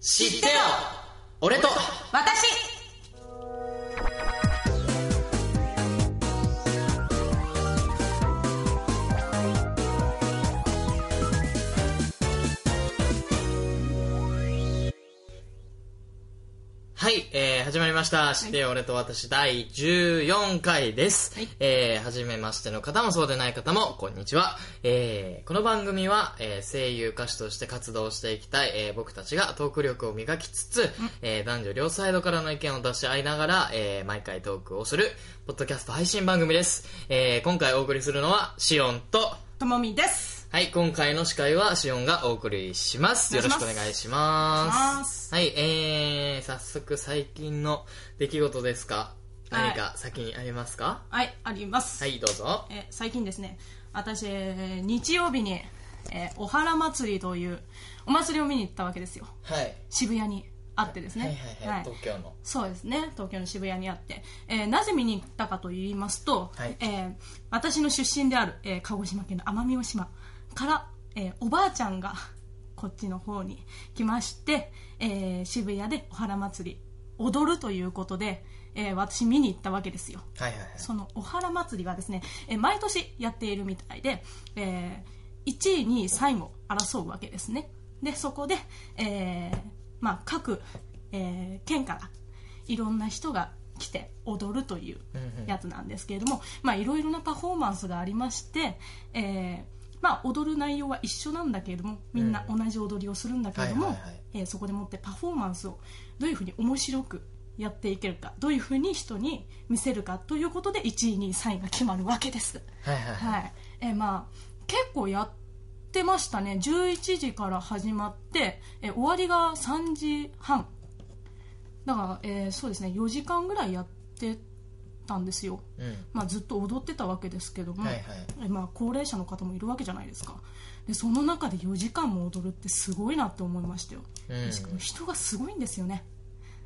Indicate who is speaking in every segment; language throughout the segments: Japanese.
Speaker 1: 知ってよ俺と
Speaker 2: 私
Speaker 1: はい、えー、始まりました。知ってよ俺と私第14回です。
Speaker 2: はい
Speaker 1: えー、初めましての方もそうでない方も、こんにちは。えー、この番組は、えー、声優歌手として活動していきたい、えー、僕たちがトーク力を磨きつつ、えー、男女両サイドからの意見を出し合いながら、えー、毎回トークをする、ポッドキャスト配信番組です。えー、今回お送りするのは、シオンと、
Speaker 2: ともみです
Speaker 1: はい、今回の司会はシオンがお送りします。よろしくお願いし
Speaker 2: お願いし
Speaker 1: ま。
Speaker 2: ますす
Speaker 1: はい、えー、早速最近の出来事ですか
Speaker 2: はい
Speaker 1: 何か先にありますか
Speaker 2: はいあります、
Speaker 1: はい、どうぞ。
Speaker 2: え最近ですね私えー日曜日に、えーおはら祭りというお祭りを見に行ったわけですよ
Speaker 1: はい。
Speaker 2: 渋谷にあってですね
Speaker 1: はいはいはい、東京の。
Speaker 2: そうですね東京の渋谷にあって、えーなぜ見に行ったかと言いますと、
Speaker 1: はい
Speaker 2: えー私の出身である、えー鹿児島県の奄美大島から、えーおばあちゃんがこっちの方に来まして、えー渋谷でお花祭り踊るということで、えー私見に行ったわけですよ
Speaker 1: はいはいはい。
Speaker 2: そのおはら祭りはですね、えー毎年やっているみたいで、えー1位、2位、3位を争うわけですね。で、そこで、えーまあ、各、えー県からいろんな人が来て踊るという
Speaker 1: うんうん
Speaker 2: やつなんですけれども、まあ、いろいろなパフォーマンスがありまして、えーまあ、踊る内容は一緒なんだけれどもみんな同じ踊りをするんだけれど
Speaker 1: うん
Speaker 2: も
Speaker 1: はいはいはい
Speaker 2: えーそこでもってパフォーマンスをどういうふうに面白くやっていけるかどういうふうに人に見せるかということで1位2位3位が決まるわけです、
Speaker 1: はいはいはい。
Speaker 2: はいえーまあ、結構やってましたね11時から始まって、えー終わりが3時半だから、えーそうですね4時間ぐらいやってたんですよ、
Speaker 1: うん。
Speaker 2: まあ、ずっと踊ってたわけですけども、
Speaker 1: はいはい。
Speaker 2: えまあ、高齢者の方もいるわけじゃないですかでその中で4時間も踊るってすごいなって思いましたよ、
Speaker 1: うん
Speaker 2: しかも人がすごいんですよね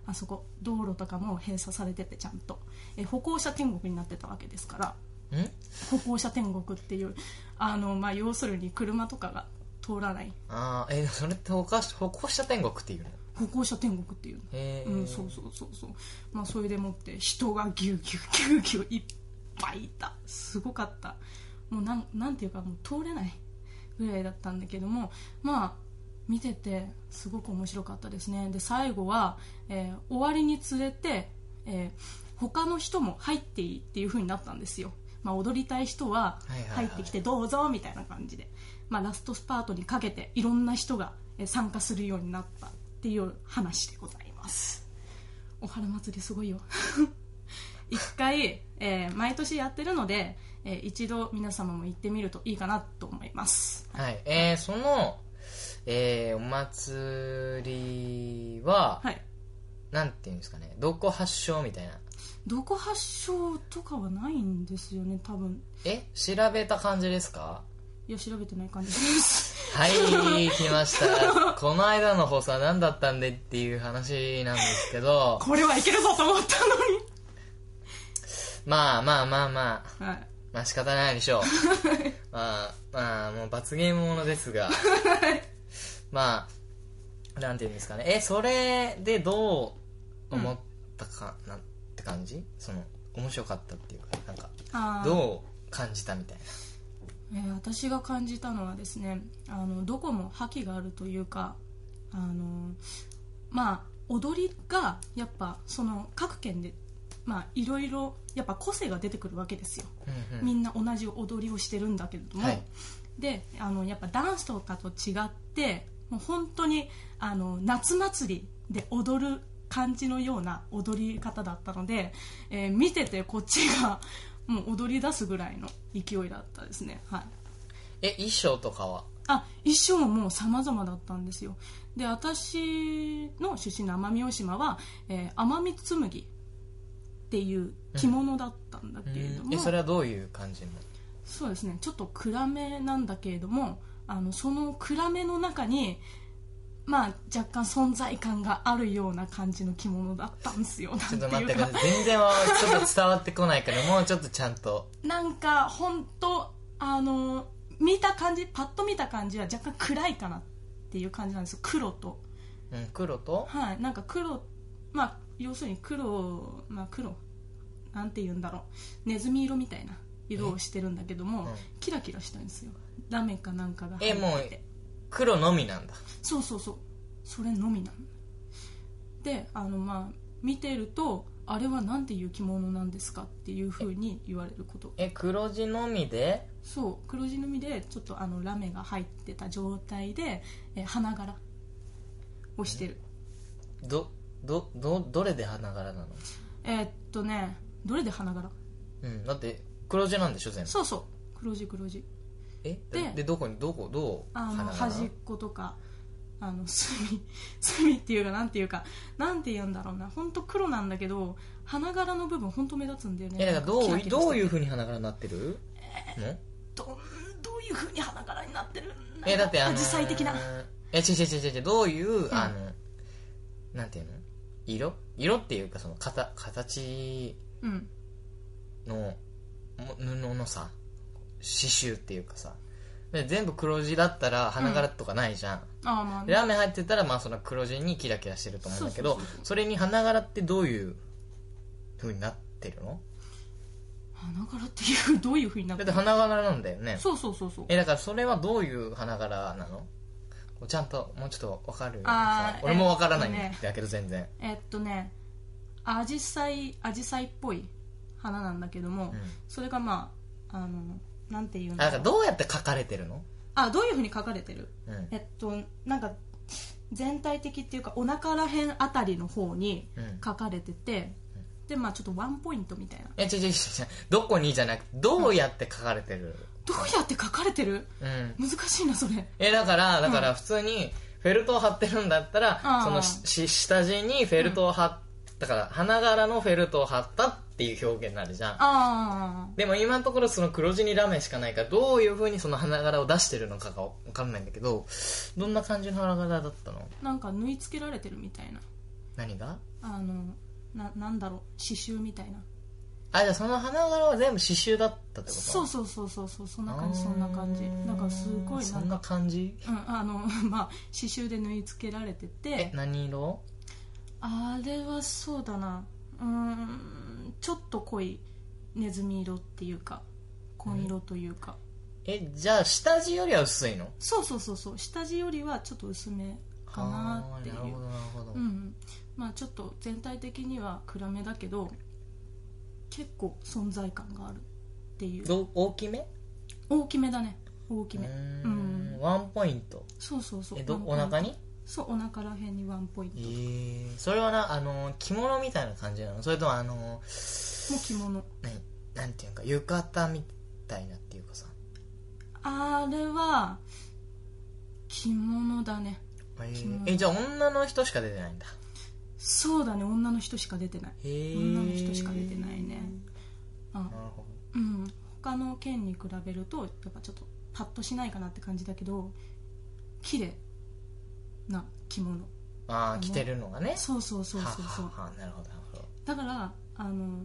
Speaker 2: あそこ道路とかも閉鎖されててちゃんとえ歩行者天国になってたわけですから
Speaker 1: ん
Speaker 2: 歩行者天国っていうあの、まあ、要するに車とかが通らない
Speaker 1: あー、えー、それって歩行者歩行者天国っていうの
Speaker 2: 歩行者天国っていうの
Speaker 1: へー
Speaker 2: うん、そうそうそうそうまあそれでもって人がぎゅうぎゅうぎゅうぎゅういっぱいいたすごかったもうなんなんていうかもう通れないぐらいだったんだけどもまあ見ててすごく面白かったですねで最後は、えー終わりにつれて、えー他の人も入っていいっていう風になったんですよ、まあ、踊りたい人は
Speaker 1: はいはいはい
Speaker 2: 入ってきてどうぞみたいな感じで、まあ、ラストスパートにかけていろんな人がえー参加するようになったっていう話でございますお花祭りすごいよ 一回、えー毎年やってるので、えー一度皆様も行ってみるといいかなと思います
Speaker 1: はい。えー、その、えー、お祭りは、
Speaker 2: はい
Speaker 1: なんていうんですかね、どこ発祥みたいな。
Speaker 2: どこ発祥とかはないんですよね多分
Speaker 1: え調べた感じですか
Speaker 2: いや調べてない感じで す
Speaker 1: はい、来ま した。この間の放送は何だったんでっていう話なんですけ ど、
Speaker 2: これはいけるぞと思ったの
Speaker 1: まあまあまあまあ、
Speaker 2: に、はい、
Speaker 1: まあ仕方ないで しょう。まあまあ、もう罰ゲームものです が、まあ、なんていうんですかね。え、それでどう思ったか、なんて感じその、面白かったっていうか、なんか、
Speaker 2: あー
Speaker 1: どう感じたみたい
Speaker 2: えー私が感じたのはですねあのどこも覇気があるというかあのまあ踊りがやっぱその各県でまあいろいろやっぱ個性が出てくるわけですよ、
Speaker 1: な。うんうん
Speaker 2: みんな同じ踊りをしてるんだけれども、
Speaker 1: はい
Speaker 2: であのやっぱダンスとかと違ってもう本当にあの夏祭りで踊る感じのような踊り方だったので、えー見ててこっちが もう踊り出すぐらいの勢いだったですね。はい
Speaker 1: え、衣装とかは
Speaker 2: あ衣装も様々だったんですよで私の出身の奄美大島は、えー奄美紬っていう着物だったんだけれど
Speaker 1: う
Speaker 2: も、
Speaker 1: んえそれはどういう感じの
Speaker 2: そうですねちょっと暗めなんだけれどもあのその暗めの中にまあ若干存在感があるような感じの着物だったんですよ
Speaker 1: ちょっ
Speaker 2: な
Speaker 1: と
Speaker 2: んて
Speaker 1: 待って
Speaker 2: いうか
Speaker 1: ください全然はちょっと伝わってこないからもうちょっとちゃんと
Speaker 2: なんか本当あの見た感じパッと見た感じは若干暗いかなっていう感じなんですよ黒と
Speaker 1: うん、黒と
Speaker 2: はいなんか黒まあ要するに黒まあ黒なんて言うんだろうネズミ色みたいな色をしてるんだけども、
Speaker 1: うん
Speaker 2: キラキラしてるんですよラメかなんかが入
Speaker 1: え
Speaker 2: ってて
Speaker 1: もう黒のみなんだ
Speaker 2: そうそうそうそれのみなんであのまあ見てるとあれはなんていう着物なんですかっていうふうに言われること
Speaker 1: え黒地のみで
Speaker 2: そう黒地のみでちょっとあのラメが入ってた状態で、えー花柄をしてる
Speaker 1: どどどどれで花柄なの
Speaker 2: えーっとねどれで花柄
Speaker 1: うんだって黒地なんでしょ全部
Speaker 2: そうそう黒地黒地
Speaker 1: え
Speaker 2: で
Speaker 1: でどこにどこどう
Speaker 2: あ
Speaker 1: 花
Speaker 2: の
Speaker 1: 柄
Speaker 2: 端っことかあの隅 隅っていうかなんていうかなんて言うんだろうな本当黒なんだけど花柄の部分本当目立つんだよね
Speaker 1: えだからど
Speaker 2: キラ
Speaker 1: う
Speaker 2: キラしてて
Speaker 1: どういうふうに花柄になってるの
Speaker 2: どんどういう風に花柄になってるん
Speaker 1: えだってあのー
Speaker 2: 紫陽花的な
Speaker 1: え違う違う違う違うどういう、
Speaker 2: ん
Speaker 1: あのなんていうの色色っていうかその形形
Speaker 2: うん
Speaker 1: のも布のさ刺繍っていうかさで全部黒地だったら花柄とかないじゃん、
Speaker 2: ああまあ
Speaker 1: ラーメン入ってたらまあその黒地にキラキラしてると思うんだけど
Speaker 2: そ
Speaker 1: そう
Speaker 2: そうそうそう
Speaker 1: れに花柄ってどういう風になってるの
Speaker 2: 花柄っていう どういう風になっ
Speaker 1: だ
Speaker 2: て
Speaker 1: っ
Speaker 2: る
Speaker 1: て花柄なんだよね
Speaker 2: そうそうそうそう
Speaker 1: えだからそれはどういう花柄なのこうちゃんともうちょっとわかるようにさ
Speaker 2: あー
Speaker 1: 俺もわからないん
Speaker 2: えっとね
Speaker 1: だけど全然、
Speaker 2: えっとねアジサイアジサイっぽい花なんだけども、
Speaker 1: うん
Speaker 2: それがまああのなんていうん
Speaker 1: あだ
Speaker 2: だ
Speaker 1: から
Speaker 2: ろう
Speaker 1: どうやって書かれてるの、
Speaker 2: あどういう風に描かれてる
Speaker 1: うん
Speaker 2: えっとなんか全体的っていうかお腹らへんあたりの方に
Speaker 1: うん
Speaker 2: 描かれてて、でまあちょっとワンポイントみたいな
Speaker 1: え違う違う違う違うどこにじゃなくてどうやって書かれてる、
Speaker 2: どうやって描かれてる
Speaker 1: うん、
Speaker 2: 難しいなそれ
Speaker 1: えだからだから普通にフェルトを貼ってるんだったら、
Speaker 2: あー
Speaker 1: そのし下地にフェルトを貼ったから花柄のフェルトを貼ったっていう表現になるじゃん
Speaker 2: ああ
Speaker 1: でも今のところその黒地にラメしかないからどういう風にその花柄を出してるのかがわかんないんだけどどんな感じの花柄だったの
Speaker 2: なんか縫い付けられてるみたいな
Speaker 1: 何が
Speaker 2: あのななんだろう刺繍みたいな
Speaker 1: あじゃあその花柄は全部刺繍だったってこと
Speaker 2: そうそうそうそうそうそんな
Speaker 1: あー
Speaker 2: 感じそんな感じなんかすごい
Speaker 1: そ
Speaker 2: なん
Speaker 1: んな
Speaker 2: か
Speaker 1: 感じ
Speaker 2: うん、あの まあ刺繍で縫い付けられて
Speaker 1: え
Speaker 2: て
Speaker 1: 何色
Speaker 2: あれはそうだなうーんちょっと濃いネズミ色っていうか紺色というか、
Speaker 1: えじゃあ下地よりは薄いの
Speaker 2: そうそうそうそう下地よりはちょっと薄めかなってい
Speaker 1: あーなる
Speaker 2: う
Speaker 1: ほどなるほど、
Speaker 2: うんうんまあちょっと全体的には暗めだけど結構存在感があるっていう
Speaker 1: ど大きめ
Speaker 2: 大きめだね大き
Speaker 1: う
Speaker 2: め
Speaker 1: ー
Speaker 2: うん
Speaker 1: んワンポイント
Speaker 2: そうそうそう
Speaker 1: えど
Speaker 2: ワンポ
Speaker 1: お
Speaker 2: イント
Speaker 1: 腹に
Speaker 2: そうお腹らへんにワンポイント
Speaker 1: え
Speaker 2: も
Speaker 1: ー、それはなあの着物みたいな感じなのそれともあの
Speaker 2: う着物
Speaker 1: 何なんていうか浴衣みたいなっていうかさ
Speaker 2: あれは着物だね
Speaker 1: え
Speaker 2: 着物
Speaker 1: えじゃあ女の人しか出てないんだ
Speaker 2: そうだね女の人しか出てない
Speaker 1: へえ
Speaker 2: 女の人しか出てないねあ
Speaker 1: なるほど
Speaker 2: うん他の県に比べるとやっぱちょっとパッとしないかなって感じだけど綺麗な着物
Speaker 1: ああ着てるのがね
Speaker 2: そうそうそうそうそう
Speaker 1: はははなるほどなるほど
Speaker 2: だからあの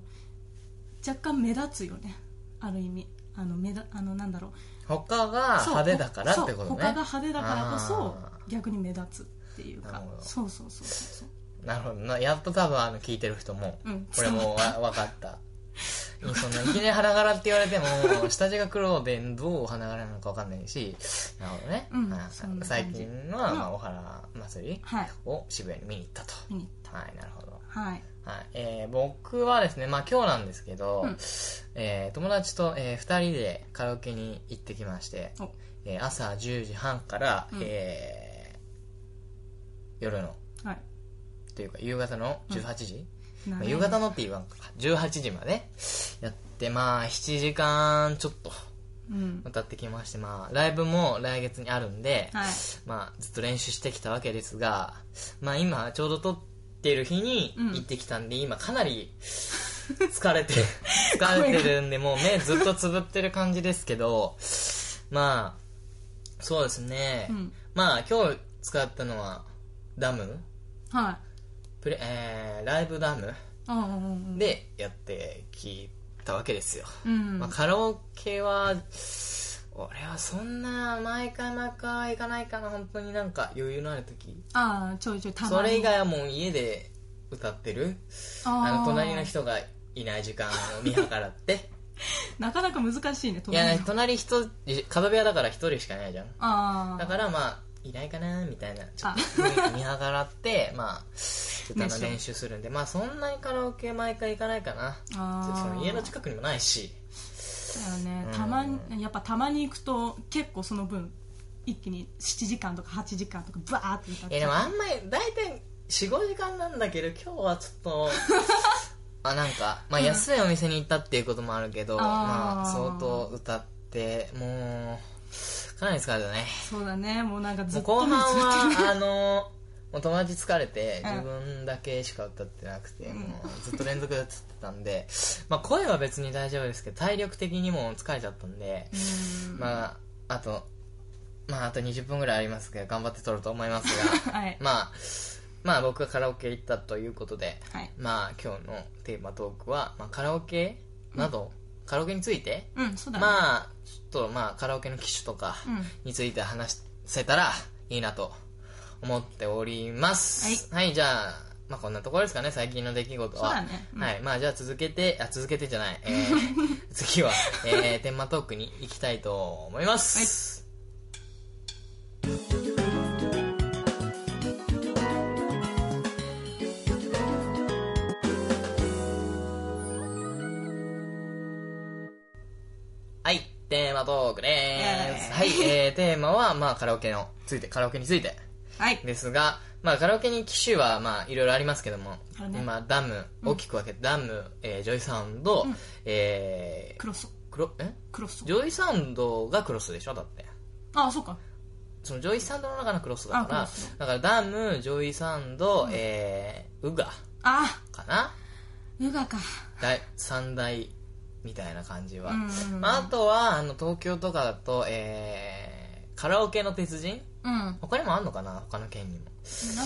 Speaker 2: 若干目立つよねある意味あの目だあのなんだろう
Speaker 1: 他が
Speaker 2: そう
Speaker 1: 派手だからってこと
Speaker 2: そう
Speaker 1: ね
Speaker 2: 他が派手だからこそ
Speaker 1: あ
Speaker 2: 逆に目立つっていう
Speaker 1: な
Speaker 2: か
Speaker 1: るほど
Speaker 2: そうそうそうそう
Speaker 1: なるほどなやっと多分あの聞いてる人も
Speaker 2: そううん
Speaker 1: これもうわ分かったそのいきなり花柄って言われても下地が黒でどう花柄なのか分かんないしなるほどね、
Speaker 2: うん
Speaker 1: はい
Speaker 2: そんな感じ
Speaker 1: 最近のは、
Speaker 2: うん
Speaker 1: まあ、お原祭り
Speaker 2: はい
Speaker 1: を渋谷に見に行ったと
Speaker 2: 見に
Speaker 1: はいなるほど
Speaker 2: はい
Speaker 1: はいえー僕はですね、まあ、今日なんですけど、
Speaker 2: うん
Speaker 1: えー友達と、え2人でカラオケに行ってきまして
Speaker 2: お、
Speaker 1: えー朝10時半から、
Speaker 2: うん
Speaker 1: えー夜の
Speaker 2: はい
Speaker 1: というか夕方の18時、まあ
Speaker 2: 長い
Speaker 1: 夕方のって言わんか18時までやってまあ7時間ちょっと
Speaker 2: うん
Speaker 1: 歌ってきましてまあライブも来月にあるんで、
Speaker 2: はい
Speaker 1: まあずっと練習してきたわけですがまあ今ちょうど撮ってる日に
Speaker 2: うん
Speaker 1: 行ってきたんで、今かなり疲れて 疲れてるんでもう目ずっとつぶってる感じですけどまあそうですね、
Speaker 2: うん
Speaker 1: まあ今日使ったのはダム
Speaker 2: はい
Speaker 1: プレ、えーライブダム
Speaker 2: うんうんうん
Speaker 1: でやってきたわけですよ、
Speaker 2: うん
Speaker 1: まあ、カラオケは俺はそんな毎回毎回行かないかな本当になんか余裕のある時
Speaker 2: ああちょいちょいたまに
Speaker 1: それ以外はもう家で歌ってる
Speaker 2: あ
Speaker 1: あ
Speaker 2: ー
Speaker 1: の隣の人がいない時間を見計らって
Speaker 2: なかなか難しいね
Speaker 1: いや
Speaker 2: 隣の
Speaker 1: 隣人角部屋だから一人しかいないじゃん
Speaker 2: あ
Speaker 1: だ
Speaker 2: あ
Speaker 1: からまあいないかなみたいなちょっ
Speaker 2: あ
Speaker 1: と見見計ら ってまあ歌の練習するんでまあそんなにカラオケ毎回行かないかな
Speaker 2: あー
Speaker 1: その家の近くにもないし
Speaker 2: だよね
Speaker 1: うん
Speaker 2: たまにやっぱたまに行くと結構その分一気に7時間とか8時間とかバーって歌っ
Speaker 1: いや
Speaker 2: ち
Speaker 1: でも
Speaker 2: ゃう
Speaker 1: あんまり大体45時間なんだけど今日はちょっ とあなんか、まあ、
Speaker 2: うん
Speaker 1: 安いお店に行ったっていうこともあるけど、
Speaker 2: あー
Speaker 1: まあ、相当歌ってもうかなり疲れたね
Speaker 2: そうだねもうなんかず
Speaker 1: もう
Speaker 2: っと
Speaker 1: 後半
Speaker 2: 見つめてる
Speaker 1: はあ のもう友達疲れて
Speaker 2: うん
Speaker 1: 自分だけしか歌ってなくて、
Speaker 2: うん
Speaker 1: もうずっと連続で歌ってたんで、まあ、声は別に大丈夫ですけど体力的にも疲れちゃったんで、
Speaker 2: うん
Speaker 1: まああとまああと20分ぐらいありますけど頑張って撮ると思いますが
Speaker 2: はい
Speaker 1: まあ、まあ僕がカラオケ行ったということで、
Speaker 2: はい
Speaker 1: まあ今日のテーマトークは、まあ、カラオケなど、カラオケについて、
Speaker 2: うんそうだね
Speaker 1: まあ、ちょっとまあカラオケの機種とか
Speaker 2: うん
Speaker 1: について話せたらいいなと思っております。はい、じゃあ、まあこんなところですかね、最近の出来事は。
Speaker 2: そうだねうん
Speaker 1: はい、まあじゃあ続けて、あ、続けてじゃない、え ー次は、えー、テーマトークに行きたいと思います。はい、テーマトークでーす。は
Speaker 2: イ
Speaker 1: い、えー、テーマは、まあ、カラオケの、ついて、カラオケについて
Speaker 2: はい
Speaker 1: ですが、まあ、カラオケに機種は、まあ、いろいろありますけども
Speaker 2: ある、ね
Speaker 1: まあ、ダム、大きく分けて、ダム、えージョイサウンド、
Speaker 2: うん
Speaker 1: えー、
Speaker 2: クロス
Speaker 1: クロ、え
Speaker 2: クロス
Speaker 1: ジョイサウンドがクロスでしょだって。
Speaker 2: ああそうか
Speaker 1: そのジョイサウンドの中のクロスだか
Speaker 2: あ
Speaker 1: ら
Speaker 2: クロス、
Speaker 1: だからダム、ジョイサウンド、えー、ウガ
Speaker 2: あ
Speaker 1: かな
Speaker 2: うがか
Speaker 1: 大三大みたいな感じは、
Speaker 2: うんうんうん
Speaker 1: まあ、あとはあの東京とかだと、えー、カラオケの鉄人
Speaker 2: うんなん
Speaker 1: 他にもあんのかな他の県にも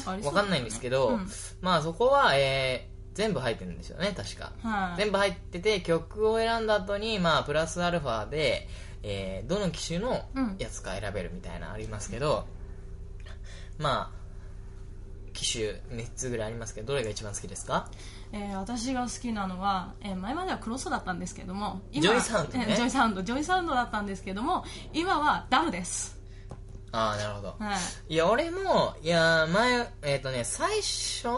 Speaker 2: かありそう
Speaker 1: 分かんないんですけど、
Speaker 2: うん
Speaker 1: まあそこは、えー、全部入ってるんですよね確か、
Speaker 2: はい
Speaker 1: 全部入ってて曲を選んだ後にまあプラスアルファで、えー、どの機種の
Speaker 2: うん
Speaker 1: やつか選べるみたいなのありますけど、まあ機種3つぐらいありますけどどれが一番好きですか
Speaker 2: えー私が好きなのは、えー前まではクロスだったんですけども
Speaker 1: ジョイサウンドね
Speaker 2: えージョイサウンドジョイサウンドだったんですけども今はダムです、
Speaker 1: ああなるほど
Speaker 2: はい、
Speaker 1: いや俺もいや前えっ、とね最初、
Speaker 2: い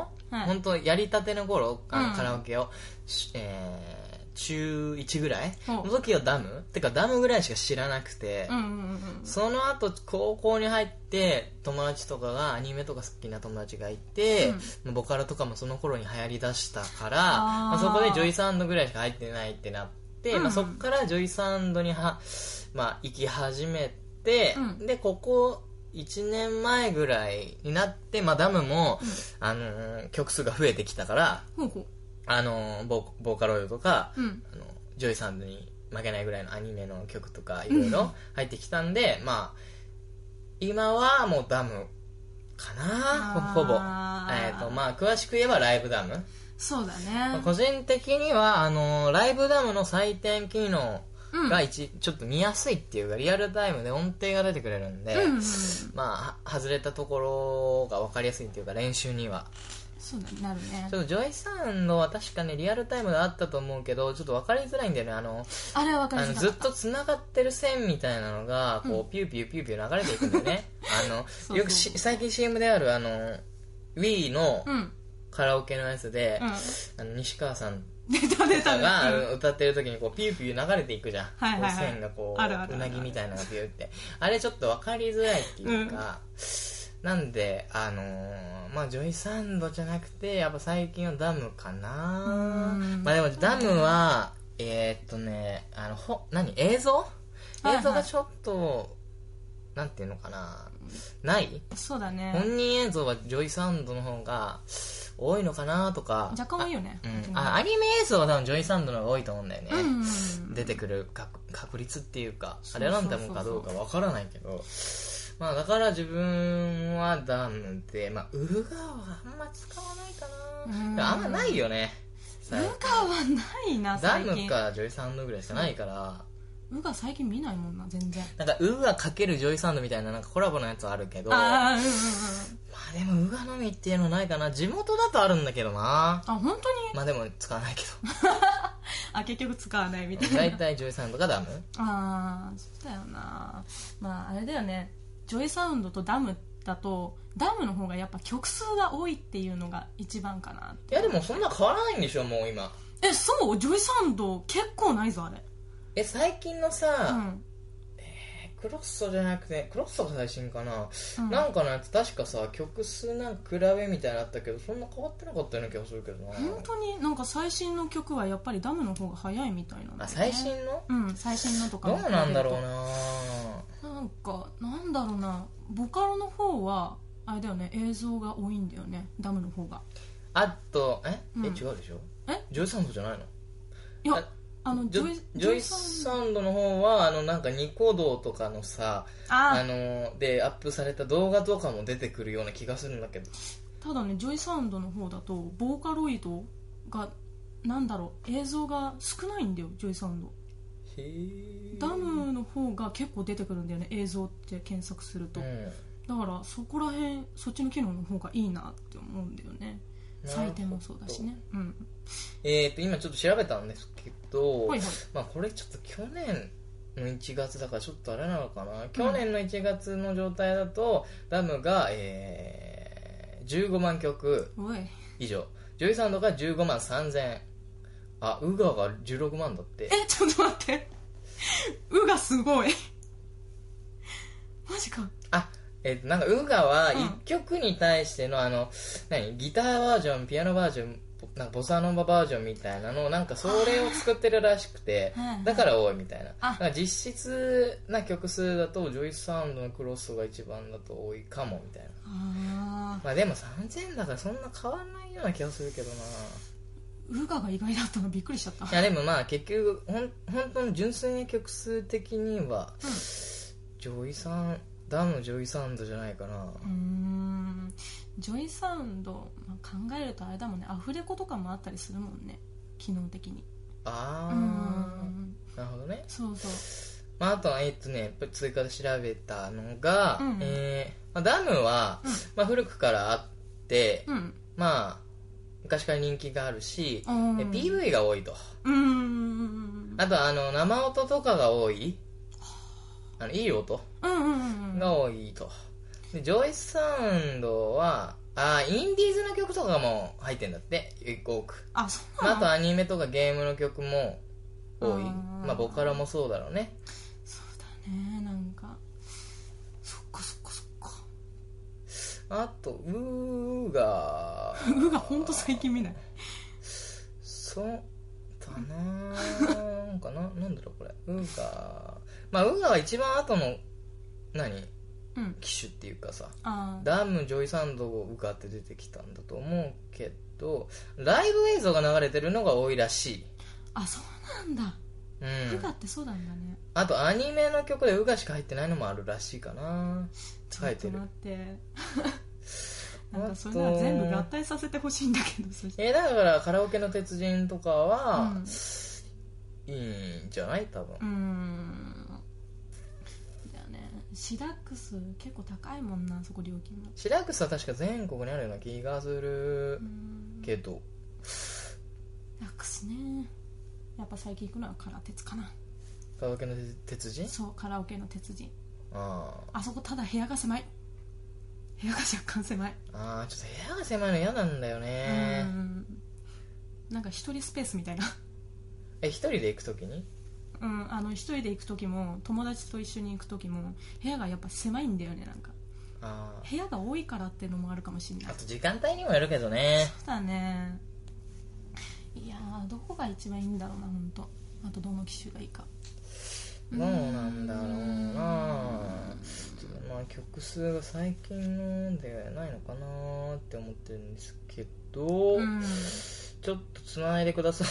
Speaker 1: 本当やりたての頃あの
Speaker 2: うん
Speaker 1: カラオケを、しえー中1ぐらい
Speaker 2: ほ
Speaker 1: の
Speaker 2: う
Speaker 1: 時はダムてかダムぐらいしか知らなくて、
Speaker 2: うんうんうんうん
Speaker 1: その後高校に入って友達とかがアニメとか好きな友達がいて、ボカロとかもその頃に流行りだしたからまあ、そこでジョイサウンドぐらいしか入ってないってなって、
Speaker 2: うん
Speaker 1: まあ、そこからジョイサウンドには、まあ、行き始めて、
Speaker 2: うん
Speaker 1: でここ1年前ぐらいになって、まあ、ダムも、
Speaker 2: うん
Speaker 1: あのー曲数が増えてきたから、
Speaker 2: ほうほ
Speaker 1: あのーボボーカロイドとか、
Speaker 2: ううん
Speaker 1: あのジョイサウンドに負けないぐらいのアニメの曲とかいろいろ入ってきたんで、まあ今はもうダムかな
Speaker 2: あー
Speaker 1: ほほぼ、えーとまあ、詳しく言えばライブダム、
Speaker 2: そうだ
Speaker 1: まあ
Speaker 2: ね
Speaker 1: 個人的にはあのライブダムの採点機能
Speaker 2: うん
Speaker 1: が一、ちょっと見やすいっていうかリアルタイムで音程が出てくれるんで、
Speaker 2: うんうんうん
Speaker 1: まあは外れたところが分かりやすいっていうか練習には
Speaker 2: そうだねなるね
Speaker 1: ちょっとジョイサウンドは確かねリアルタイムであったと思うけどちょっと分かりづらいんだよねあの
Speaker 2: あれは分か
Speaker 1: あ
Speaker 2: り
Speaker 1: の
Speaker 2: づ
Speaker 1: ず
Speaker 2: ら
Speaker 1: っ
Speaker 2: か
Speaker 1: と
Speaker 2: っ
Speaker 1: 繋がってる線みたいなのがこうピューピューピューピュー流れていくんだよ ねあ
Speaker 2: そ
Speaker 1: の
Speaker 2: う
Speaker 1: よくし最近 CM であるあの Wii の
Speaker 2: たうん
Speaker 1: カラオケのやつで、
Speaker 2: うん
Speaker 1: あの西川さん
Speaker 2: 出た出た出
Speaker 1: があ
Speaker 2: た
Speaker 1: の歌ってる時にこうピューピュー流れていくじゃん、
Speaker 2: はいはいはい
Speaker 1: こう線がこう
Speaker 2: あるあるある
Speaker 1: うなぎみたいなのがピューってあれちょっと分かりづらいっていうか、なんであのーまあジョイサンドじゃなくてやっぱ最近はダムかな
Speaker 2: うん
Speaker 1: まあでもダムはえーっとねあのほ何映像
Speaker 2: はいはい
Speaker 1: 映像がちょっと、なんていうのかなない
Speaker 2: そうだね
Speaker 1: 本人映像はジョイサウンドの方が多いのかなとか
Speaker 2: 若干多いよね
Speaker 1: うん、あアニメ映像は多分ジョイサンドの方が多いと思うんだよね、
Speaker 2: うんうん
Speaker 1: 出てくる確確率っていうかあ
Speaker 2: そうそ
Speaker 1: れ
Speaker 2: うそうそう
Speaker 1: ランダムかどうかわからないけどまあだから自分はダムでまあウルガはあんま使わないか
Speaker 2: う
Speaker 1: な
Speaker 2: ん
Speaker 1: でもあんまないよね
Speaker 2: うんルカはないな
Speaker 1: ダ
Speaker 2: 最
Speaker 1: ム
Speaker 2: 近
Speaker 1: かジョイサウンドぐらいしかないから
Speaker 2: うが最近見ないもんな全然
Speaker 1: なんかウーア×ジョイサンドみたいななんかコラボのやつはあるけど
Speaker 2: ああうんうんうん
Speaker 1: まあでもウーアのみっていうのないかな地元だとあるんだけどな
Speaker 2: あ本当に
Speaker 1: まあでも使わないけ
Speaker 2: あ結局使わないみたい
Speaker 1: ど
Speaker 2: な
Speaker 1: 大体ジョイサンドがダム
Speaker 2: ああそうだよなまああれだよねジョイサウンドとダムだとダムの方がやっぱ曲数が多いっていうのが一番かない
Speaker 1: やでもそんな変わらないんでしょもう今
Speaker 2: えそうジョイサウンド結構ないぞあれ
Speaker 1: え最近の
Speaker 2: う
Speaker 1: さ、
Speaker 2: ん、
Speaker 1: クロッソじゃなくてクロッソが最新かな、
Speaker 2: うん、
Speaker 1: なんかのやつ確かさ曲数なんか比べみたいなのあったけどそんな変わってなかったような気がするけどな
Speaker 2: 本当になんか最新の曲はやっぱりダムの方が早いみたいなんだよね
Speaker 1: あ最新の
Speaker 2: うん最新のとか
Speaker 1: どうなんだろう
Speaker 2: な
Speaker 1: な
Speaker 2: なんかなんだろうなボカロの方はあれだよね映像が多いんだよねダムの方が
Speaker 1: あとえ、
Speaker 2: うん
Speaker 1: え違うでしょ
Speaker 2: え
Speaker 1: ジョイサウンドじゃないの
Speaker 2: いやあのジョイ
Speaker 1: ジョイ
Speaker 2: ジョイ
Speaker 1: サウンドの方はあのなんかニコ動とかのさ
Speaker 2: あ
Speaker 1: あのでアップされた動画とかも出てくるような気がするんだけど
Speaker 2: ただねジョイサウンドの方だとボーカロイドがなんだろう映像が少ないんだよジョイサウンド
Speaker 1: へー
Speaker 2: ダムの方が結構出てくるんだよね映像って検索すると、
Speaker 1: うん
Speaker 2: だからそこら辺そっちの機能の方がいいなって思うんだよね採点もそうだしねうん
Speaker 1: えー、と今ちょっと調べたんですけど、
Speaker 2: はいはい
Speaker 1: まあ、これちょっと去年の1月だからちょっとあれなのかな去年の1月の状態だと、ダムが、えー、15万曲
Speaker 2: おい
Speaker 1: 以上ジョイサウンドが15万3000あウガが16万だって
Speaker 2: えちょっと待ってうがすごいマジか
Speaker 1: あえーとなんかウガは
Speaker 2: うん
Speaker 1: 1曲に対しての,、あの何ギターバージョンピアノバージョンボなんかボサノババージョンみたいなのをなんかそれを作ってるらしくて
Speaker 2: はいはい
Speaker 1: だから多いみたいな
Speaker 2: あ
Speaker 1: だから実質な曲数だとジョイスサウンドのクロスが一番だと多いかもみたいな
Speaker 2: ああ
Speaker 1: まあでも3000だからそんな変わんないような気がするけどな
Speaker 2: うがが意外だったのびっくりしちゃった
Speaker 1: いやでもまあ結局ほん本当の純粋な曲数的には、
Speaker 2: うん
Speaker 1: ジョイサンダムジョイサウンドじゃないかな、
Speaker 2: うーんジョイサウンド、まあ、考えるとあれだもんねアフレコとかもあったりするもんね機能的にう
Speaker 1: ああ
Speaker 2: ーん
Speaker 1: なるほどね
Speaker 2: そうそう
Speaker 1: まあ、あとは、えっとね、やっぱり追加で調べたのが、
Speaker 2: うん
Speaker 1: えーまあ、ダムは、
Speaker 2: うん
Speaker 1: まあ、古くからあって、
Speaker 2: うん
Speaker 1: まあ、昔から人気があるし、
Speaker 2: うーん
Speaker 1: え PV が多いと。
Speaker 2: うーん
Speaker 1: あとは、あの、生音とかが多い、あの、いい音
Speaker 2: うんうんうんうん
Speaker 1: が多いと。で、ジョイサウンドは、あーインディーズの曲とかも入ってんだって、結構多く。
Speaker 2: あそう
Speaker 1: まあ、
Speaker 2: な
Speaker 1: あ
Speaker 2: の、
Speaker 1: とアニメとかゲームの曲も多い。
Speaker 2: あー
Speaker 1: まあ、ボカロもそうだろうね。
Speaker 2: そうだねなんかそっかそっかそっか。
Speaker 1: あと、うーが
Speaker 2: うがほんと最近見ない
Speaker 1: そうだなぁなんかな なんだろうこれウーガーまあウーガーは一番後の何
Speaker 2: うん
Speaker 1: 機種っていうかさ
Speaker 2: あ
Speaker 1: ダムジョイサンドをウーガーって出てきたんだと思うけどライブ映像が流れてるのが多いらしい
Speaker 2: あそうなんだ
Speaker 1: う
Speaker 2: うが
Speaker 1: ん
Speaker 2: ってそうなんだね
Speaker 1: あとアニメの曲でウーガーしか入ってないのもあるらしいかな書いて
Speaker 2: ち
Speaker 1: る
Speaker 2: ょっと待って なんかそれなら全部合体させてほしいんだけどそして
Speaker 1: えーだからカラオケの鉄人とかは
Speaker 2: うん、
Speaker 1: いいんじゃない多分
Speaker 2: うーんだよねシダックス結構高いもんなそこ料金が
Speaker 1: シラクスは確か全国にあるような気がする
Speaker 2: うーんシ
Speaker 1: けど
Speaker 2: ダックスねやっぱ最近行くのは空鉄かな
Speaker 1: カラオケの鉄人
Speaker 2: そうカラオケの鉄人
Speaker 1: あー
Speaker 2: あそこただ部屋が狭い部屋が若干狭い
Speaker 1: あーちょっと部屋が狭いの嫌なんだよ
Speaker 2: う
Speaker 1: ね
Speaker 2: ーんなんか一人スペースみたいな
Speaker 1: え一人で行く時に
Speaker 2: うんあの一人で行く時も友達と一緒に行く時も部屋がやっぱ狭いんだよねなんか
Speaker 1: あー
Speaker 2: 部屋が多いからっていうのもあるかもしれない
Speaker 1: あと時間帯にもよるけどね
Speaker 2: そうだねいやーどこが一番いいんだろうな本当あとどの機種がいいか
Speaker 1: どうなんだろうな
Speaker 2: う
Speaker 1: ちょっとまあ曲数が最近のでないのかなーって思ってるんですけど、
Speaker 2: ーんうん
Speaker 1: ちょっとつないでください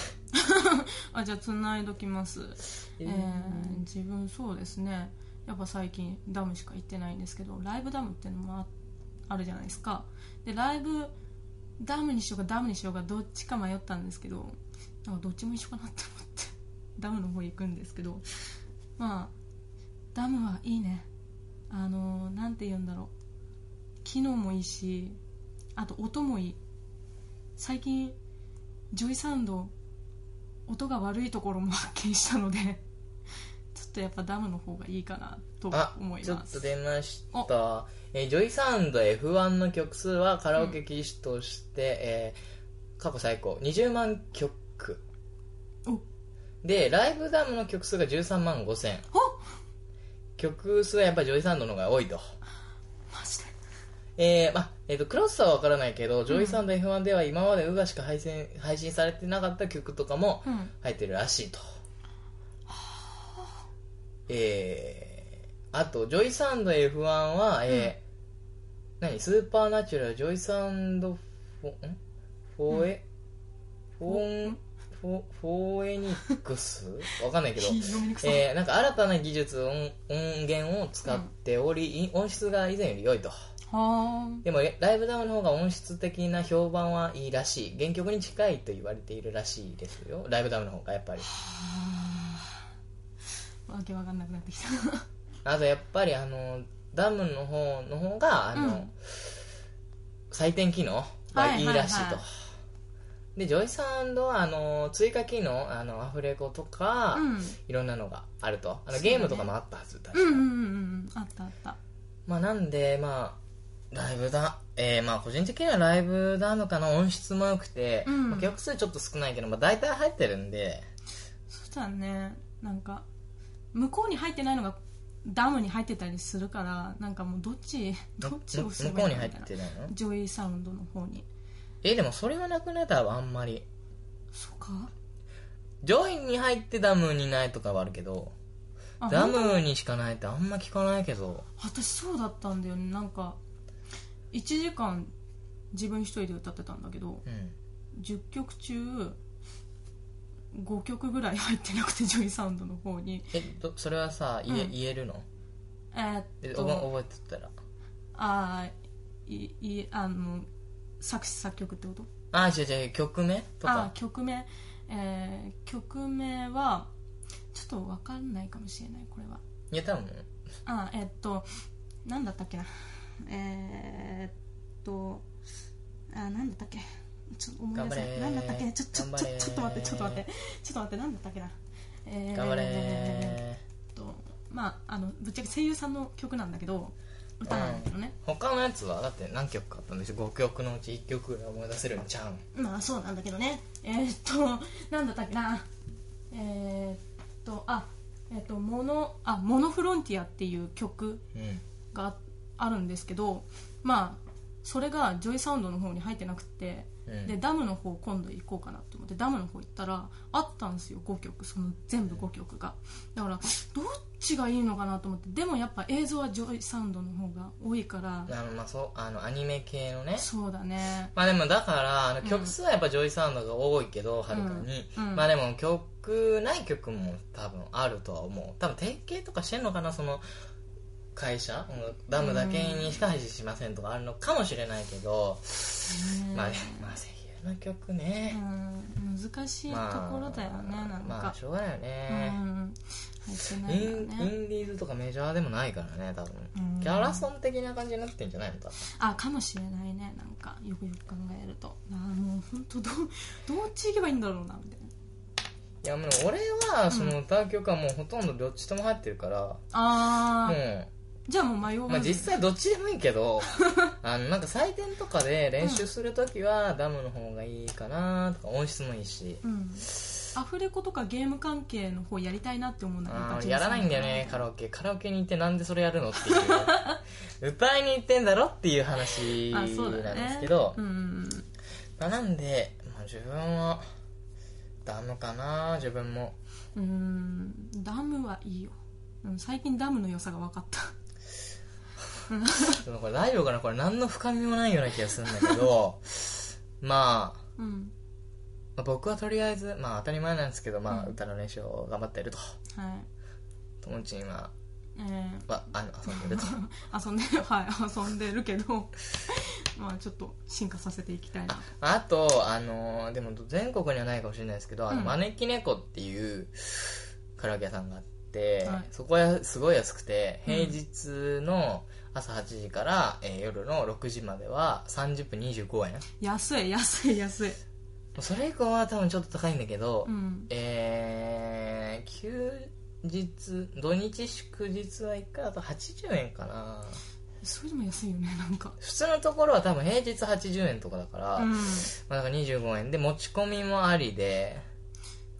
Speaker 2: あじゃあつないどきます、え
Speaker 1: え
Speaker 2: ー自分そうですねやっぱ最近ダムしか行ってないんですけどライブダムってのもああるじゃないですかでライブダムにしようかダムにしようかどっちか迷ったんですけどなんかどっちも一緒かなって思ってダムの方行くんですけどまあダムはいいねあのなんて言うんだろう機能もいいしあと音もいい最近ジョイサウンド音が悪いところも発見したのでちょっとやっぱダムの方がいいかなと
Speaker 1: あ
Speaker 2: 思い
Speaker 1: ちょ
Speaker 2: ま
Speaker 1: っと
Speaker 2: す
Speaker 1: 出ました、えージョイサウンド F1 の曲数はカラオケ機種として、えー過去最高20万曲
Speaker 2: お
Speaker 1: でライブダムの曲数が13万5000
Speaker 2: お
Speaker 1: 曲数はやっぱりジョイサウンドの方が多いと
Speaker 2: マジで
Speaker 1: えーまあえー、とクロスさは分からないけど、ジョイサウンド F1 では今までウガしか配信配信されてなかった曲とかも
Speaker 2: うん
Speaker 1: 入ってるらしいと、えー、あとジョイサウンド F1 は、えー何スーパーナチュラルジョイサウンドフォんフォーエ、フォンフォフォーエニック スわかんないけど
Speaker 2: ひ読みにくそう、
Speaker 1: えーなんか新たな技術音音源を使っており、音質が以前より良いと
Speaker 2: は
Speaker 1: でもライブダウンの方が音質的な評判はいいらしい原曲に近いと言われているらしいですよライブダウンの方がやっぱり
Speaker 2: あわけわかんなくなってきた
Speaker 1: あとやっぱりあのダムの方の方があの、
Speaker 2: うん
Speaker 1: 採点機能がいいらしいと、
Speaker 2: はいはいは
Speaker 1: でジョイサンドはあの追加機能あのアフレコとか、
Speaker 2: うん
Speaker 1: いろんなのがあるとあの
Speaker 2: そうだね
Speaker 1: ゲームとかもあったはず確か
Speaker 2: うんうんうんうんあったあった
Speaker 1: まあなんでまあライブだえー、まあ個人的にはライブダムかな音質も良くて、
Speaker 2: うん
Speaker 1: まあ曲数ちょっと少ないけど、まあ、大体入ってるんで
Speaker 2: そしたらねなんか向こうに入ってないのがダムに入ってたりするからなんかもうどっちどっちを
Speaker 1: む
Speaker 2: 押せ
Speaker 1: 向
Speaker 2: ば
Speaker 1: こう
Speaker 2: い
Speaker 1: に
Speaker 2: いの
Speaker 1: 入
Speaker 2: み
Speaker 1: った
Speaker 2: いな
Speaker 1: てないの
Speaker 2: ジョイサウンドの方に
Speaker 1: えでもそれはなくなったわあんまり
Speaker 2: そうか
Speaker 1: 上位に入ってダムにないとかはあるけど
Speaker 2: あ
Speaker 1: ダ
Speaker 2: 本
Speaker 1: ムにしかないってあんま聞かないけど
Speaker 2: 当私そうだったんだよねなんか1時間自分一人で歌ってたんだけど
Speaker 1: うん
Speaker 2: 10曲中5曲ぐらい入ってなくてジョイサウンドの方に
Speaker 1: えどそれはさ言え,、
Speaker 2: うん
Speaker 1: 言えるの
Speaker 2: えーっ
Speaker 1: で
Speaker 2: と
Speaker 1: おぼ覚えてたら
Speaker 2: あーいいあの作詞作曲ってこと
Speaker 1: あ違う違う曲名と
Speaker 2: あ
Speaker 1: か
Speaker 2: 曲名、えー曲名はちょっと分かんないかもしれないこれは
Speaker 1: いや多分
Speaker 2: あえっとなんだったっけなえーっとあなんだったっけちょっと思い出せない
Speaker 1: 頑張れー
Speaker 2: なんだったっけちょちょ
Speaker 1: 頑張
Speaker 2: ちょ
Speaker 1: れー
Speaker 2: ちょっと待ってちょっと待ってちょっと待ってなんだったっけなえー
Speaker 1: 頑張れ
Speaker 2: え
Speaker 1: ー
Speaker 2: ーっとまああのぶっちゃけ声優さんの曲なんだけど歌なんだけどね、
Speaker 1: 他のやつはだって何曲かあったんですよ5曲のうち1曲ぐらい思い出せるんちゃうん
Speaker 2: まあそうなんだけどねえーっとなんだったっけなえーっとあえーっとモノあモノフロンティアっていう曲
Speaker 1: うん
Speaker 2: があるんですけどまあそれがジョイサウンドの方に入ってなくて
Speaker 1: うん
Speaker 2: でダムの方今度行こうかなと思ってダムの方行ったらあったんですよ5曲その全部5曲がだからどっちがいいのかなと思ってでもやっぱ映像はジョイサウンドの方が多いから
Speaker 1: あのまあそうあのアニメ系のね
Speaker 2: そうだね
Speaker 1: まあでもだからあの
Speaker 2: うん
Speaker 1: 曲数はやっぱジョイサウンドが多いけどはるかに、
Speaker 2: うんうん
Speaker 1: まあでも曲ない曲も多分あるとは思う多分提携とかしてんのかなその会社うんダムだけにしか配信しませんとかあるのかもしれないけど、
Speaker 2: ね
Speaker 1: まあねまあ声優の曲ね、
Speaker 2: うん難しいと
Speaker 1: まあ
Speaker 2: ころだよね、なん
Speaker 1: まあ
Speaker 2: か、
Speaker 1: しょうがないよね、
Speaker 2: うん入ってな
Speaker 1: イン
Speaker 2: いんだ
Speaker 1: イ
Speaker 2: よね
Speaker 1: ンディーズとかメジャーでもないからね多分
Speaker 2: うん
Speaker 1: キャラソン的な感じになってんじゃないのか
Speaker 2: あかもしれないねなんかよくよく考えるとあーもう本当どう どっち行けばいいんだろうなみたいない
Speaker 1: やもう俺はその歌う曲はもうほとんどどっちとも入ってるから、
Speaker 2: あ
Speaker 1: も
Speaker 2: ーじゃあもう迷わ
Speaker 1: う、
Speaker 2: ず、
Speaker 1: まあ、実際どっちでもいいけ どあのなんか採点とかで練習するときはダムの方がいいかなとか音質もいいし
Speaker 2: うんアフレコとかゲーム関係の方やりたいなって思うの
Speaker 1: あ
Speaker 2: が
Speaker 1: ーやらないんだよねカラオケカラオケに行ってなんでそれやるのっていう 歌いに行ってんだろっていう話なん
Speaker 2: あ
Speaker 1: で
Speaker 2: そうだね
Speaker 1: すけど、
Speaker 2: うんうん
Speaker 1: まあ、なんで、まあ、自分はダムかな自分も
Speaker 2: うんうんダムはいいようん最近ダムの良さが分かった
Speaker 1: ちょっとこれ大丈夫かなこれ何の深みもないような気がするんだけど まあ
Speaker 2: うん
Speaker 1: まあ僕はとりあえず、まあ、当たり前なんですけど、まあ、歌の練習を頑張っていると
Speaker 2: はい
Speaker 1: 友達には
Speaker 2: えー、
Speaker 1: はあの遊ん でると
Speaker 2: 遊んでるはい遊んでるけど まあちょっと進化させていきたいな
Speaker 1: あと、あのーでも全国にはないかもしれないですけど、あ
Speaker 2: う
Speaker 1: の
Speaker 2: ん
Speaker 1: 招き猫っていうカラオケ屋さんがあっって、
Speaker 2: はい
Speaker 1: そこはすごい安くて平日の朝8時から、えー夜の6時までは30分25円も
Speaker 2: 安い安い安い、
Speaker 1: うそれ以降は多分ちょっと高いんだけど、
Speaker 2: うん、
Speaker 1: えー休日土日祝日は1回だと80円かな
Speaker 2: それでも安いよねなんか
Speaker 1: 普通のところは多分平日80円とかだから、ま
Speaker 2: うん
Speaker 1: あ、だから25円で持ち込みもありで、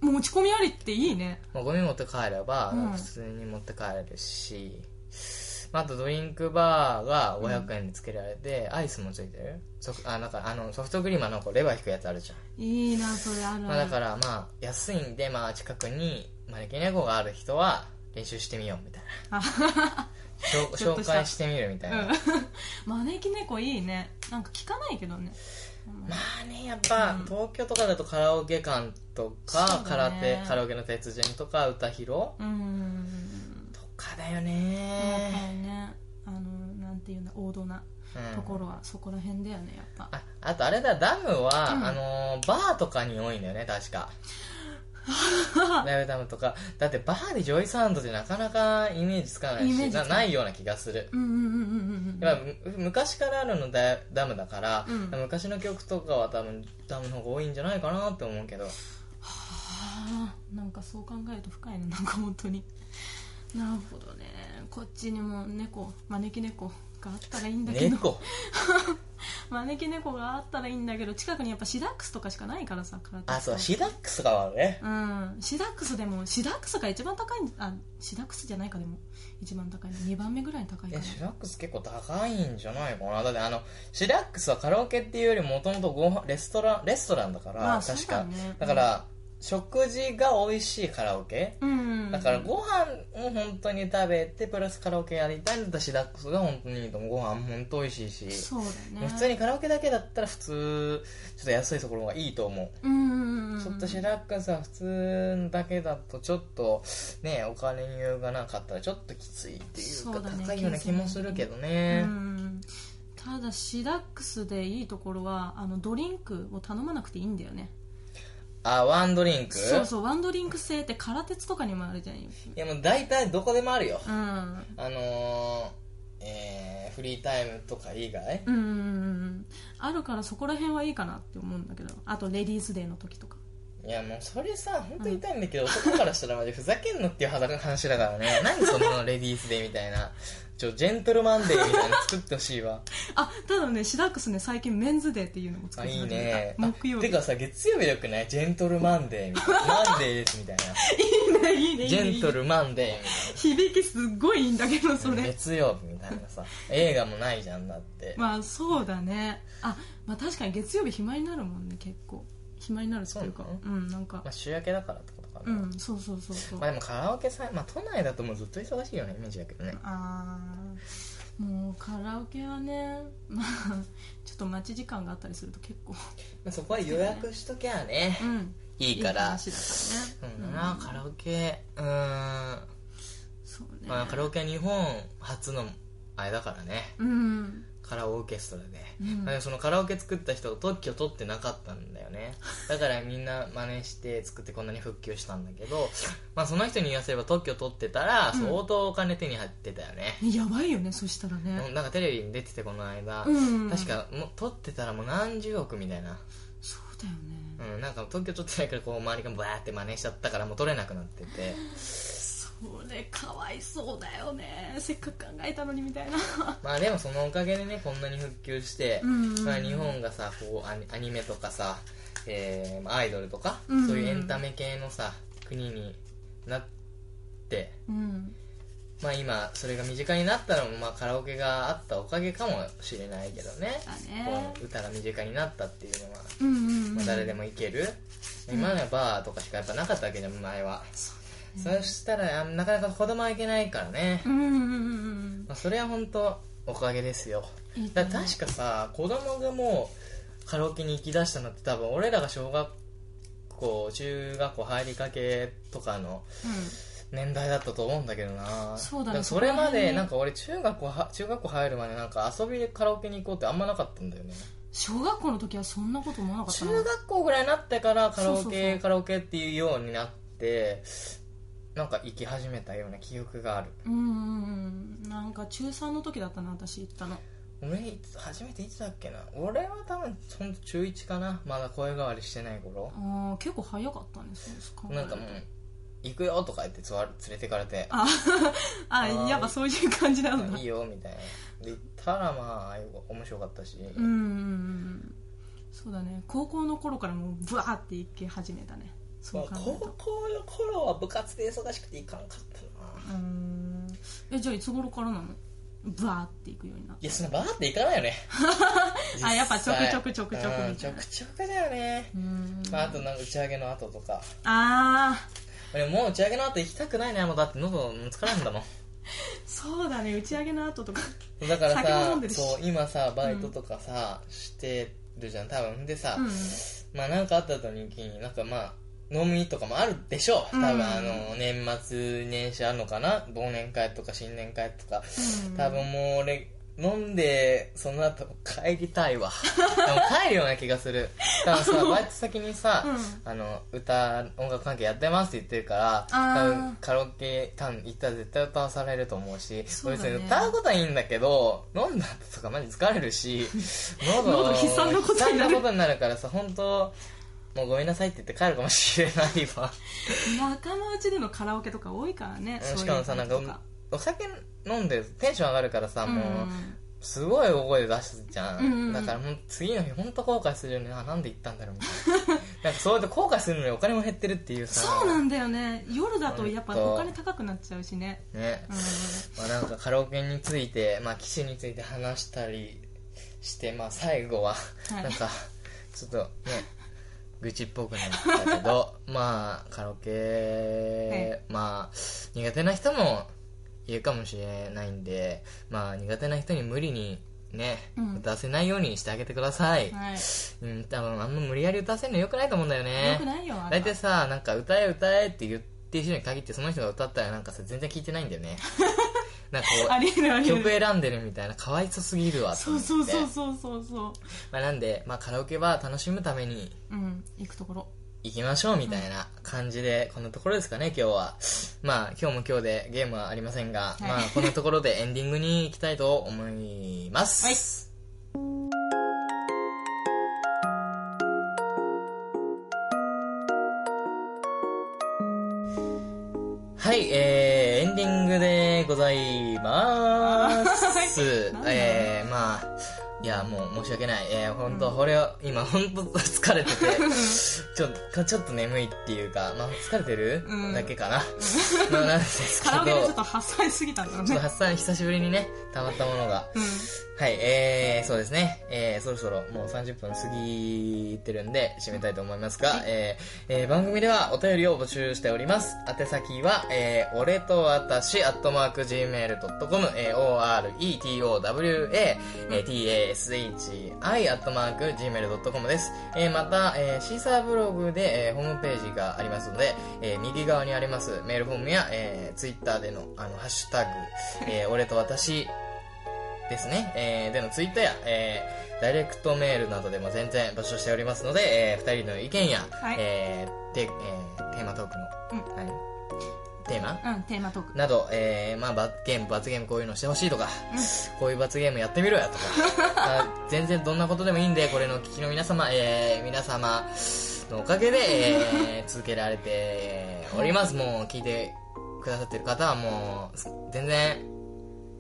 Speaker 2: 持ち込みありっていいね
Speaker 1: まあ、ゴミ持って帰れば
Speaker 2: うん
Speaker 1: 普通に持って帰れるし、まあ、あとドリンクバーが500円でつけられて、アイスもついてるソフあなんかあのソフトクリームはなんかレバー引くやつあるじゃん、
Speaker 2: いいなそれある
Speaker 1: まあ、だ
Speaker 2: ある
Speaker 1: からまあ安いんで、まあ、近くに招き猫がある人は練習してみようみたい
Speaker 2: あ
Speaker 1: なしょ
Speaker 2: ちょっと
Speaker 1: 紹
Speaker 2: した
Speaker 1: 介してみるみたいな、
Speaker 2: うん 招き猫いいねなんか聞かないけどね
Speaker 1: まあねやっぱ、
Speaker 2: うん
Speaker 1: 東京とかだとカラオケ館とか、
Speaker 2: そうだ
Speaker 1: 空
Speaker 2: ね
Speaker 1: 手カラオケの鉄人とか歌広
Speaker 2: うん
Speaker 1: とかだよ
Speaker 2: やっぱ
Speaker 1: ね、
Speaker 2: りねあのなんていうんだ王道な
Speaker 1: うん
Speaker 2: ところはそこら辺だよねやっぱ
Speaker 1: ああとあれだダムは、
Speaker 2: うん
Speaker 1: あのーバーとかに多いんだよね確 かライブダムとかだってバーでジョイサウンドってなかなかイメージつかない
Speaker 2: イメー
Speaker 1: し
Speaker 2: ジつか
Speaker 1: な
Speaker 2: ない
Speaker 1: ないような気がする
Speaker 2: うんうんうんうんうんうん
Speaker 1: やっぱむ昔からあるのダダムだから、
Speaker 2: うん
Speaker 1: 昔の曲とかは多分ダムの方が多いんじゃないかなって思うけど
Speaker 2: はあなんかそう考えると深いねなんか本当に なるほどねこっちにも猫招き猫があったらいいんだけど
Speaker 1: 猫
Speaker 2: 招き猫があったらいいんだけど近くにやっぱシダックスとかしかないからさ空手
Speaker 1: あそう
Speaker 2: シ
Speaker 1: シダックスがあるね
Speaker 2: うんシダックスでもシダックスが一番高いんあシダックスじゃないかでも一番高いの2番目ぐらいに高いか
Speaker 1: え
Speaker 2: な
Speaker 1: シラックス結構高いんじゃないかなだってあのシラックスはカラオケっていうよりもともとご飯レストランレストランだから、
Speaker 2: まあ
Speaker 1: 確
Speaker 2: そうだ
Speaker 1: か
Speaker 2: ね
Speaker 1: だから、食事が美味しいカラオケ
Speaker 2: うん
Speaker 1: だからご飯を本当に食べてプラスカラオケやりたいんだったらシダックスが本当にいいと思うご飯本当美味しいし、
Speaker 2: そうだね
Speaker 1: 普通にカラオケだけだったら普通ちょっと安いところがいいと思う
Speaker 2: うんうんうん
Speaker 1: ちょっとシラックスは普通だけだとちょっとねお金に余裕がなかったらちょっときついってい
Speaker 2: そうう
Speaker 1: か
Speaker 2: だね
Speaker 1: 高いような気もするけどね
Speaker 2: うんただシダックスでいいところはあのドリンクを頼まなくていいんだよね
Speaker 1: あワンドリンク
Speaker 2: そうそうワンドリンク制って空鉄とかにもあるじゃん
Speaker 1: いやもう大体どこでもあるよ
Speaker 2: うん
Speaker 1: あのーえーフリータイムとか以外
Speaker 2: うんうんうんうんあるからそこら辺はいいかなって思うんだけどあとレディースデーの時とか
Speaker 1: いやもうそれさ本当に痛いんだ けど、男からしたらマジふざけんなっていう話だからね何そのレディースデーみたいなちょジェントルマンデーみたいなの作ってほしいわ
Speaker 2: あただねシダックスね最近メンズデーっていうのも作
Speaker 1: あ
Speaker 2: り
Speaker 1: いい
Speaker 2: 始めた
Speaker 1: ね
Speaker 2: 木曜日
Speaker 1: てかさ月曜日よくないジェントルマンデーみたいなマンデーですみたいない
Speaker 2: いねいいねいいね
Speaker 1: ジェントルマンデーみたいな
Speaker 2: 響きすっごいいいんだけどそれ
Speaker 1: 月曜日みたいなさ映画もないじゃんだって、
Speaker 2: まあそうだねあまあ確かに月曜日暇になるもんね結構暇になるっていうか
Speaker 1: そうな
Speaker 2: うんなんか
Speaker 1: まあ、週明けだからってことか
Speaker 2: う
Speaker 1: な、
Speaker 2: んそうそうそうそう
Speaker 1: まあでもカラオケさ、まあ、都内だともうずっと忙しいようなイメージだけどね
Speaker 2: あーもうカラオケはね まあちょっと待ち時間があったりすると結構
Speaker 1: まあそこは予約しときゃね
Speaker 2: うん
Speaker 1: いいから
Speaker 2: 話だからね
Speaker 1: う、んまあカラオケうーん
Speaker 2: そうね、
Speaker 1: まあ、カラオケは日本初のあれだからね
Speaker 2: うん
Speaker 1: カラオーケストラで、
Speaker 2: うん
Speaker 1: まあでもそのカラオケ作った人が特許取ってなかったんだよ ねだからみんな真似して作ってこんなに復旧したんだけど、まあ、その人に言わせれば特許取ってたら
Speaker 2: うん
Speaker 1: 相当お金手に入ってたよね、
Speaker 2: やばいよねそしたらね
Speaker 1: なんかテレビに出ててこの間、
Speaker 2: うん
Speaker 1: 確かもう取ってたらもう何十億みたいな、
Speaker 2: そうだよね
Speaker 1: うん、なんか特許取ってないからこう周りがバーって真似しちゃったからもう取れなくなってて
Speaker 2: それかわいそうだよねせっかく考えたのにみたいな
Speaker 1: まあでもそのおかげでねこんなに復旧して、
Speaker 2: うん
Speaker 1: まあ、日本がさこうアニアニメとかさ、えーまあアイドルとか、
Speaker 2: うん
Speaker 1: そういうエンタメ系のさ国になって、
Speaker 2: うん
Speaker 1: まあ、今それが身近になったのも、まあ、カラオケがあったおかげかもしれないけどね
Speaker 2: だね
Speaker 1: こう歌が身近になったっていうのは、
Speaker 2: うんうん、うん
Speaker 1: まあ、誰でも行ける、今まではバーとかしかやっぱなかったわけじゃん前は、
Speaker 2: そうだね
Speaker 1: そしたらあなかなか子供は行けないからね、
Speaker 2: うんうんうん
Speaker 1: まあ、それは本当おかげですよ
Speaker 2: うんいい
Speaker 1: だ
Speaker 2: と思
Speaker 1: か
Speaker 2: う
Speaker 1: ら確かさ子供がもうカラオケに行き出したのって多分俺らが小学校中学校入りかけとかの
Speaker 2: う
Speaker 1: 年代だったと思うんだけどな
Speaker 2: そうだね
Speaker 1: からそれま
Speaker 2: そこら辺
Speaker 1: で
Speaker 2: に
Speaker 1: なんか俺中学校は中学校入るまでなんか遊びでカラオケに行こうってあんまなかったんだよね
Speaker 2: ん小学校の時はそんなこと思わなかった
Speaker 1: 中
Speaker 2: な
Speaker 1: 学校ぐらいになってからカラオケ
Speaker 2: そうそうそう
Speaker 1: カラオケっていうようになってなんか行き始めたような記憶がある
Speaker 2: うんうんうんなんか中3の時だったな私行ったの
Speaker 1: 俺いつ初めていつだっけな俺は多分ほんと中1かなまだ声変わりしてない頃
Speaker 2: ああ結構早かったねそうですか
Speaker 1: なんかもう行くよとか言ってつわ連れてかれて
Speaker 2: ああ
Speaker 1: あー
Speaker 2: やっぱそういう感じなんだ
Speaker 1: いいよみたいなで行ったらまあ面白かったし、
Speaker 2: うんうんうんそうだね高校の頃からもうブワーって行き始めたね
Speaker 1: ま
Speaker 2: そ
Speaker 1: あ
Speaker 2: う考
Speaker 1: 高
Speaker 2: えると
Speaker 1: 校の頃は部活で忙しくて行かんかったな
Speaker 2: うーんえじゃあいつ頃からなのブワーって行くようになっ
Speaker 1: い
Speaker 2: た
Speaker 1: やそのバーって行かないよね
Speaker 2: あやっぱちょくちょ
Speaker 1: 実
Speaker 2: くちょくちょく
Speaker 1: 際うん
Speaker 2: み
Speaker 1: ちょ
Speaker 2: たいな
Speaker 1: くちょくだよね
Speaker 2: う、ーん
Speaker 1: まあ、あとなんか打ち上げの後とか
Speaker 2: あ
Speaker 1: 俺もう打ち上げの後行きたくないねもうだって喉疲れるんだもん
Speaker 2: ーそうだね打ち上げの後とか
Speaker 1: だから
Speaker 2: 酒も飲
Speaker 1: さ
Speaker 2: んでるし
Speaker 1: そう今さバイトとかさ、してるじゃん多分でさ、
Speaker 2: うん
Speaker 1: まあなんかあった時になんかまあ飲みとかもあるでしょう多分
Speaker 2: うん
Speaker 1: あの年末年始あるのかな忘年会とか新年会とか
Speaker 2: うん
Speaker 1: 多分もう俺飲んでその後帰りたい わでも帰るような気がする多分さバイト先にさ、
Speaker 2: う
Speaker 1: あの歌音楽関係やってますって言ってるから
Speaker 2: あ
Speaker 1: 多
Speaker 2: ー
Speaker 1: 分カラオケ単行ったら絶対歌わされると思うし
Speaker 2: そうだね
Speaker 1: 別に歌うことはいいんだけど飲んだ後とかマジ疲れる し喉
Speaker 2: 喉悲惨なことになる
Speaker 1: 悲惨ことになるからさ本当もうごめんなさいって言って帰るかもしれないわ
Speaker 2: 仲間内でのカラオケとか多いからね
Speaker 1: しかもさ
Speaker 2: そ
Speaker 1: な
Speaker 2: うんいうのと
Speaker 1: かお酒飲んでるとテンション上がるからさ、もうすごい大声出すじゃん、
Speaker 2: うんうん
Speaker 1: だからもう次の日本当後悔するよねあなんで行ったんだろうみたい ななんかそうやって後悔するのにお金も減ってるっていうさ
Speaker 2: そうなんだよね夜だとやっぱ
Speaker 1: ほんと
Speaker 2: お金高くなっちゃうしね
Speaker 1: ね
Speaker 2: うん
Speaker 1: まあ、なんかカラオケについて、まあ、機種について話したりして、まあ、最後は、
Speaker 2: はい
Speaker 1: なんかちょっとね愚痴っぽくなったけ どまあカラオケ、まあ苦手な人もいるかもしれないんでまあ苦手な人に無理にね、
Speaker 2: うん
Speaker 1: 歌わせないようにしてあげてください、
Speaker 2: はい
Speaker 1: うん多分あんま無理やり歌わせるのよくないと思うんだよね
Speaker 2: よくないよあれ
Speaker 1: 大
Speaker 2: は
Speaker 1: 体さなんか歌え歌えって言ってる人に限ってその人が歌ったらなんかさ全然聞いてないんだ よねなんか
Speaker 2: ありえるあ
Speaker 1: こう
Speaker 2: りえ
Speaker 1: 曲
Speaker 2: る
Speaker 1: 選んでるみたいなかわいそすぎるわと
Speaker 2: そう
Speaker 1: 思って
Speaker 2: そうそうそうそうそう
Speaker 1: まあ、なんで、まあ、カラオケは楽しむために
Speaker 2: うん行くところ
Speaker 1: 行きましょうみたいな感じで、こんなところですかね今日はまあ今日も今日でゲームはありませんが、
Speaker 2: はい
Speaker 1: まあこんなところでエンディングに行きたいと思います、
Speaker 2: はい
Speaker 1: はい、えー、エンディングでございま
Speaker 2: はい
Speaker 1: す
Speaker 2: なん。だ
Speaker 1: えー、まあ、いや、もう申し訳ない。えー、本当、これを、今、本当疲れてて、 ちょっと、ちょっと眠いっていうか、まあ、疲れてる、
Speaker 2: うん
Speaker 1: だけかな。まあ、なんですけ
Speaker 2: カラ
Speaker 1: ど、
Speaker 2: オケでちょっと発散しすぎたんだろう
Speaker 1: ちょっと
Speaker 2: ね
Speaker 1: 発散久しぶりにね、溜まったものが。
Speaker 2: うん
Speaker 1: はい、えー、そうですね、えー、そろそろもう30分過ぎてるんで締めたいと思いますが、えーえー番組ではお便りを募集しております宛先は、えー、俺と私アットマーク Gmail.com、えー、ORETOWA、えー、TASHI アットマーク Gmail.com です、えー、また、えー、シーサーブログで、えー、ホームページがありますので、えー、右側にありますメールフォームや、えー、ツイッターでのあのハッシュタグ、えー、 俺と私ですね、えーでのツイッターや、えーダイレクトメールなどでも全然募集しておりますので、え2人の意見や、
Speaker 2: はい
Speaker 1: えーてえーテーマトークの、何テーマ
Speaker 2: うんテーマトーク
Speaker 1: など、えーまあ、罰ゲーム罰ゲームこういうのしてほしいとか、こういう罰ゲームやってみろや とかあ全然どんなことでもいいんでこれのお聞きの皆様、えー皆様のおかげで、えー続けられておりますもう聞いてくださってる方はもう全然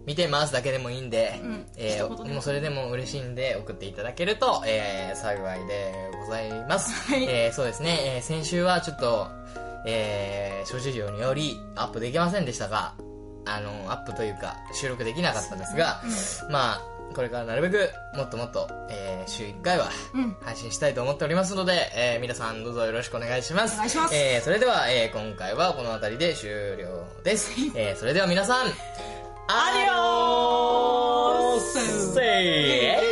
Speaker 1: 見てますだけでもいいんで、
Speaker 2: うん
Speaker 1: えー
Speaker 2: 一言でも
Speaker 1: もうそれでも嬉しいんで送っていただけると、えー幸いでございます、
Speaker 2: はい
Speaker 1: えーそうですね、えー先週はちょっと、えー諸事情によりアップできませんでしたがあのアップというか収録できなかったんですが、まあこれからなるべくもっともっと、えー週1回は
Speaker 2: うん
Speaker 1: 配信したいと思っておりますので、えー皆さんどうぞよろしくお願いします
Speaker 2: お願いします
Speaker 1: えーそれでは、えー今回はこの辺りで終了です、えーそれでは皆さんアディオース
Speaker 2: せー